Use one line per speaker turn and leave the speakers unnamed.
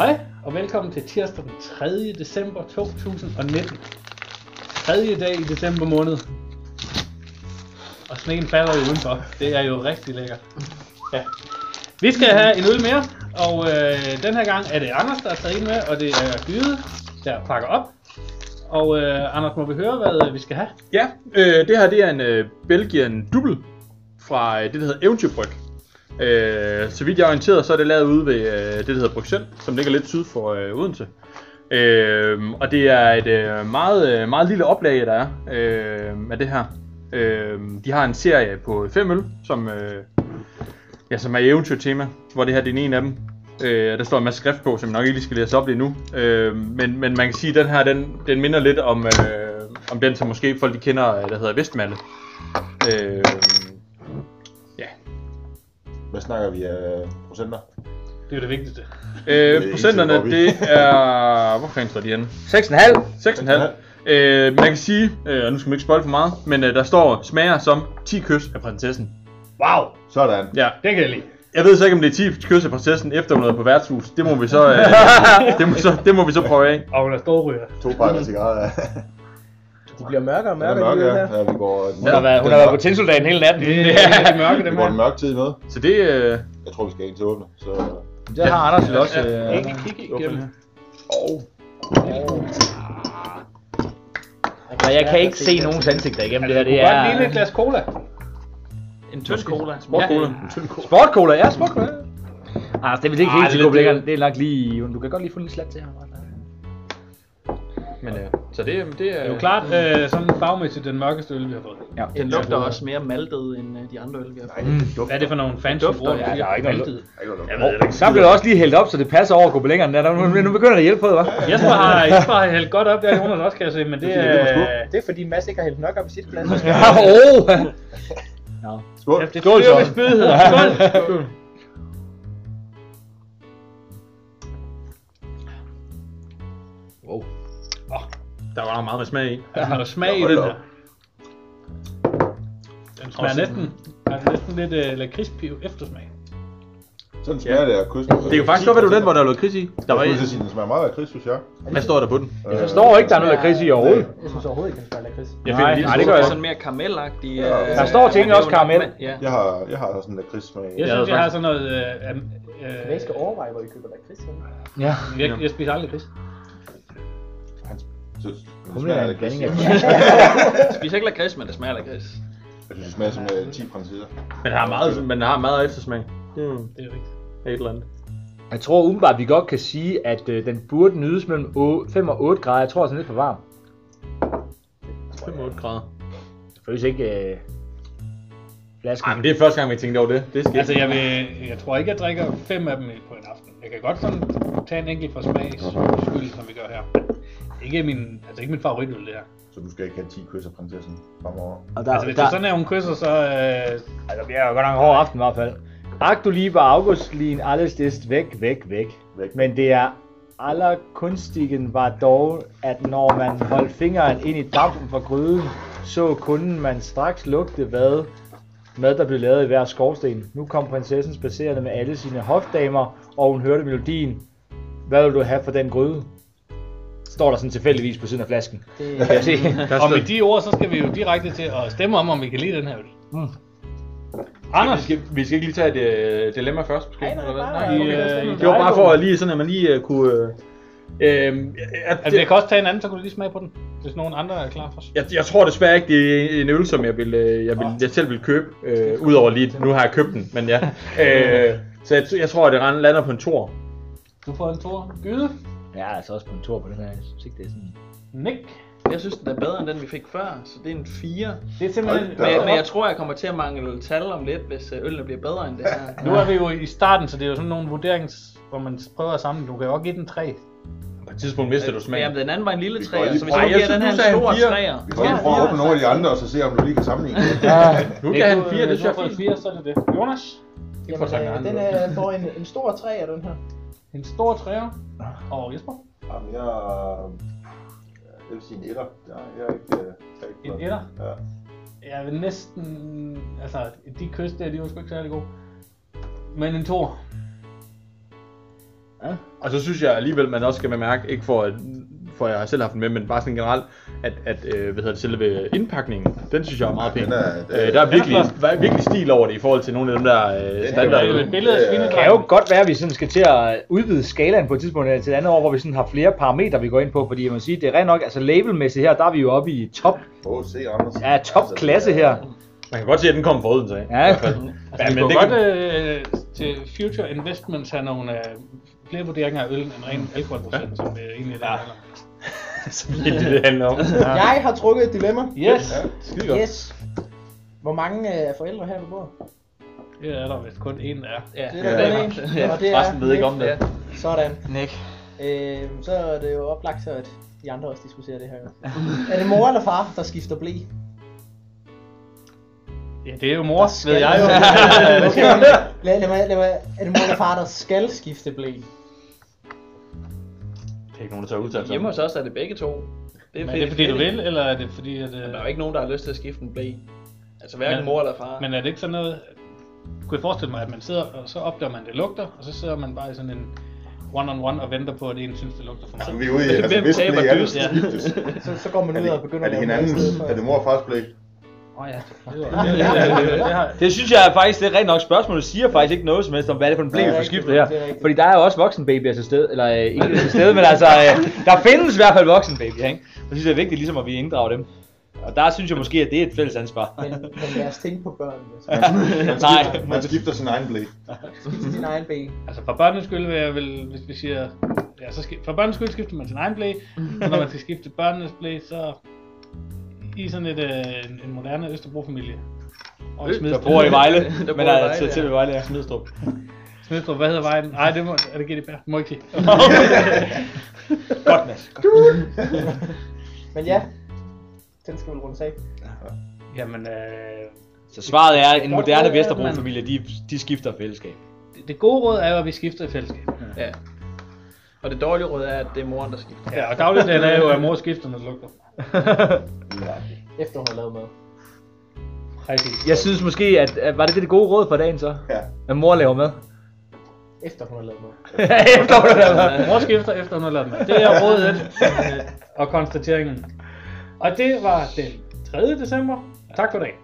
Hej, og velkommen til tirsdag den 3. december 2019. Tredje dag i december måned. Og sneen falder jo udenfor. Det er jo rigtig lækkert. Ja. Vi skal have en øl mere, og øh, den her gang er det Anders, der er taget ind med, og det er Gyde, der pakker op. Og øh, Anders, må vi høre, hvad øh, vi skal have?
Ja, øh, det her det er en øh, Belgian Double fra øh, det, der hedder Eventyrbryg. Øh, så vidt jeg er orienteret, så er det lavet ude ved øh, det, der hedder Bruxelles, som ligger lidt syd for øh, Odense. Øh, og det er et øh, meget, øh, meget lille oplag, der er øh, af det her. Øh, de har en serie på 5 øl, som, øh, ja, som er i eventyrtema, hvor det her det er en af dem. Øh, der står en masse skrift på, som jeg nok ikke lige skal læse op lige nu. Øh, men, men man kan sige, at den her den, den minder lidt om, øh, om den, som måske folk de kender, øh, der hedder Vestmalle. Øh, ja.
Hvad snakker vi af procenter?
Det er jo det vigtigste.
Øh, procenterne, det er... Hvor fanden står de henne?
6,5.
6,5. Øh, man kan sige, øh, og nu skal man ikke spoil for meget, men øh, der står smager som 10 kys af prinsessen.
Wow,
Sådan.
Ja,
det kan jeg lide.
jeg ved så ikke om det er 10 kys af prinsessen efter hun er på værtshus. Det må vi så, øh, det må så, det må vi så prøve af.
Og hun er storryger.
To pakker cigaretter.
De bliver mørkere og
Den er
mørkere,
mørk,
de
ja.
her.
ja. vi går...
Hun har været, hun har været på tinsoldaten hele natten.
Det er det mørke,
Vi
dem
går en
her.
mørk tid med.
Så det, øh,
Jeg tror, vi skal ind til åbne. Så...
Det har Anders jo også.
Ja.
Øh,
Ikke kigge igennem.
og jeg kan ikke se nogens ansigter igennem
Altså,
det her. Det
Det er... Godt lige et
er
glas cola.
En tynd cola.
sportcola.
sport cola. Ja, sport cola. Anders, Ah, altså, det er vel ikke
Ej,
helt
det
til
er lidt
gode
dyrt.
Det er nok lige... Du kan godt lige få en lille slat til ham.
Men, øh, så det, det
Det er jo klart, øh, sådan fagmæssigt den mørkeste øl, vi har fået.
Ja.
Den lugter også mere maltet end øh, de andre øl, vi har fået.
Hvad er det for nogle fancy
Dufter,
ord,
ja, der er ikke noget
Maltet.
Der blev det også lige hældt op, så det passer over at gå på længere. Nu, nu begynder det at hjælpe på det, hva'?
Jesper har, Jesper har hældt godt op, der er Jonas også, kan jeg se, men det
Det er fordi,
er...
Det er fordi Mads ikke har hældt nok op i sit glas. Åh!
Skål.
Det er med spydigheder. Skål!
Ah, Der var meget med smag i.
Der er jo smag i
Hold
den
op.
her. Den smager
Også-
næsten, altså næsten lidt øh, lakridspiv eftersmag.
Sådan smager det af kyst.
Det kan faktisk godt være, det var den, hvor der lå kris i. Der var
Jeg
en,
skulle til at sige, den smager meget af kris, synes jeg.
hvad står der på den?
Jeg
Står ikke, der er noget lakrids i overhovedet.
Jeg synes overhovedet ikke, den skal lakrids.
Jeg finder
Nej,
lige
nej,
det
det gør
er
jeg
sådan mere karamelagtig. Øh,
Der
står til gengæld
øh,
også karamel.
Ja.
Jeg har, jeg har sådan en lakridssmag.
Jeg
Ja,
synes, jeg har sådan
faktisk.
noget... Øh, am- øh,
Hvad I skal overveje, hvor I køber lakrids henne?
Ja.
jeg, jeg spiser aldrig lakrids.
Så den
Humle
smager
er
af
en
lakrids.
blanding af...
Jeg
Jeg spiser ikke lakrids, men det smager af lakrids.
synes, det smager som øh, 10 prinsesser.
Men har meget, men har meget eftersmag. Mm.
Det er rigtigt.
Et eller andet.
Jeg tror umiddelbart, vi godt kan sige, at øh, den burde nydes mellem 5 og 8 grader. Jeg tror, den er lidt for varm.
5-8 grader.
Føles ikke... Øh, flasken.
Ej, men det er første gang, vi tænkte over det. Det skal
Altså,
ikke.
jeg, vil, jeg tror ikke, jeg drikker fem af dem i- på en aften. Jeg kan godt sådan tage en enkelt for smags skyld, som vi gør her. Ikke min, altså ikke min favoritøl, det her.
Så du skal ikke have 10 kys af prinsessen fremover.
og der,
Altså, hvis det er sådan, at hun kysser, så... Øh,
altså, det bliver jo godt nok en hård aften i hvert fald. Aktu lieber Augustlin, alles ist væk, væk, væk.
Væk.
Men det er aller kunstigen var dog, at når man holdt fingeren ind i dampen fra gryden, så kunne man straks lugte, hvad mad der blev lavet i hver skorsten. Nu kom prinsessen spacerende med alle sine hofdamer, og hun hørte melodien. Hvad vil du have for den gryde? Står der sådan tilfældigvis på siden af flasken. Det kan jeg se.
Der
og
står,
med de ord, så skal vi jo direkte til at stemme om, om vi kan lide den her øl.
Anders! Vi skal, vi skal ikke lige tage et øh, dilemma først, måske? Nej, nej, nej,
nej,
okay.
nej.
øh, Det var bare for at lige sådan, at man lige øh, kunne... Øh, øh, at,
Altså, jeg kan også tage en anden, så kan du lige smage på den, hvis nogen andre er klar for os.
jeg, jeg tror desværre ikke, det er en øl, som jeg, vil, øh, jeg, vil, jeg selv vil købe. Øh, Udover lige, nu har jeg købt den, men ja. Øh, så jeg, jeg tror, at det rand- lander på en tor.
Du får en tor. Gyde.
Jeg er altså også på en tur på den her. Jeg synes ikke, det er sådan...
Nick.
Jeg synes, den er bedre end den, vi fik før, så det er en 4.
Det er simpelthen...
Hold da
Men,
Ja.
jeg- men jeg tror, jeg kommer til at mangle tal om lidt, hvis øh, ølene bliver bedre end det her.
Nu er vi jo i starten, så det er jo sådan nogle vurderings, hvor man prøver at samle. Du kan jo også give den 3.
På et tidspunkt mister du
Men jamen,
smagen.
den anden var en lille
Vi går
træer,
lige-
så hvis
Ej,
jeg
jeg
giver den her
synes,
en
du sagde
stor
en fire.
træer.
Vi kan lige prøve at åbne nogle af de andre, og så se, om du lige kan sammenligne det.
Nu kan han fire, det synes jeg er
fået
fint.
4, så er det det. Jonas.
Det får sådan en anden
den
øl.
er, får en, en stor træ af den her.
En stor træer. Og Jesper.
Jamen, jeg... Jeg vil sige en etter. Jeg jeg er ikke... øh, jeg er ikke
En etter?
Ja.
Jeg vil næsten... Altså, de kys der, de var sgu ikke særlig gode. Men en tor.
Ja.
Og så synes jeg alligevel, man også skal bemærke, ikke for at for jeg har selv haft den med, men bare sådan generelt, at, at øh, hvad hedder det, selve indpakningen, den synes jeg er meget pæn.
Den er- den er-
øh, der er virkelig, der er virkelig stil over det i forhold til nogle af dem der øh, standard.
Det er jo et billede af
Det kan
kvindedrengen.
jo godt være, at vi sådan skal til at udvide skalaen på et tidspunkt eller til et andet år, hvor vi sådan har flere parametre, vi går ind på, fordi jeg må sige, det er rent nok, altså labelmæssigt her, der er vi jo oppe i top,
Åh, se Anders. Altså,
ja, topklasse her.
Man kan godt se, at den kom fra Odense af.
Ja,
Ja, men
kunne
det
godt,
godt øh, til Future Investments have nogle øh, flere vurderinger af øl end ren alkoholprocent, ja. som det egentlig der handler om.
Så det er det, det handler om.
Jeg har trukket et dilemma.
Yes,
Skide godt.
Yes. Hvor mange øh, forældre her ved bordet?
det er der vist kun én, der er.
Ja,
Det er
Ja.
der ja, en,
Ja,
og det er
Resten ved ikke om det.
Ja.
Sådan.
Nick.
Øh, så er det jo oplagt, så at de andre også diskuterer det her. jo. er det mor eller far, der skifter blæ?
Ja, det er jo mor, ved jeg jo.
Okay. Lad, lad, mig, lad mig, er det mor eller far, der skal skifte blæ?
Det er ikke nogen, der tager udtalt
Hjemme hos os er det begge to. Det
Men er det fordi du vil, eller er det fordi at...
Men
Øh,
Der er jo ikke nogen, der har lyst til at skifte en blæ. Altså hverken
Men-
mor eller far.
men er det ikke sådan noget... Kunne jeg forestille mig, at man sidder, og så opdager man, at det lugter, og så sidder man bare i sådan en one-on-one og venter på, at en synes, det lugter for
Så
meget.
vi er ude i, altså,
Hvem
hvis
taber
blæ er
dyst?
det skiftes.
Så, så går man
Er
ud og
det,
begynder
er det
at lave mad i
hinandens?
stedet for.
Er det mor og fars blæ?
Åh oh, ja, det var- det- det- det- det har-
Det synes jeg er faktisk, det er rent nok spørgsmål. Du siger faktisk ikke noget som helst om, hvad er det for en blæ,
Nej,
vi
det
får
er rigtigt,
skiftet her.
det er rigtigt.
Fordi der er jo også voksenbabyer til stede, eller øh, ikke til stede, men altså, øh, der findes i hvert fald voksenbabyer, ikke? Og det synes jeg er vigtigt, ligesom at vi inddrager dem. Og der synes jeg måske, at det er et fælles ansvar.
Men, men lad os tænke på børnene. Så
Nej,
Man skifter sin egen blæ.
skifter din egen blæ.
Altså for børnenes skyld vil jeg vel, hvis vi siger, ja, så skif- for børnenes skyld skifter man sin egen blæ, og når man skal skifte børnenes blæ, så i sådan et, øh, en- en moderne Østerbro-familie. Og i
der
Smidstrup.
bor i Vejle,
Der bor
men
i
er
Vejle,
til, til
ja.
ved Vejle, ja. Smidstrup.
Smidstrup, hvad hedder vejen? Nej, det må, er det GDPR? Må ikke sige.
Godt, Mads.
Men ja, den skal vel rundes af.
Jamen, øh,
Så svaret er, en
Godt
moderne
råd, ja,
Vesterbro-familie, de, de skifter fællesskab.
det- det gode råd er jo, at vi skifter i fællesskab.
Ja. Og det dårlige råd er, at det er moren, der skifter.
Ja, og dagligdagen er jo, at mor skifter, når det lugter.
Efter hun har lavet mad.
Rigtig.
Jeg synes måske, at, at var det det det gode råd for dagen så?
Ja.
At mor laver mad.
Efter hun har lavet mad.
Efter hun har lavet mad.
Mor skifter efter, hun har lavet mad. Det er rådet øh, og konstateringen. Og det var den 3. december. Tak for dagen.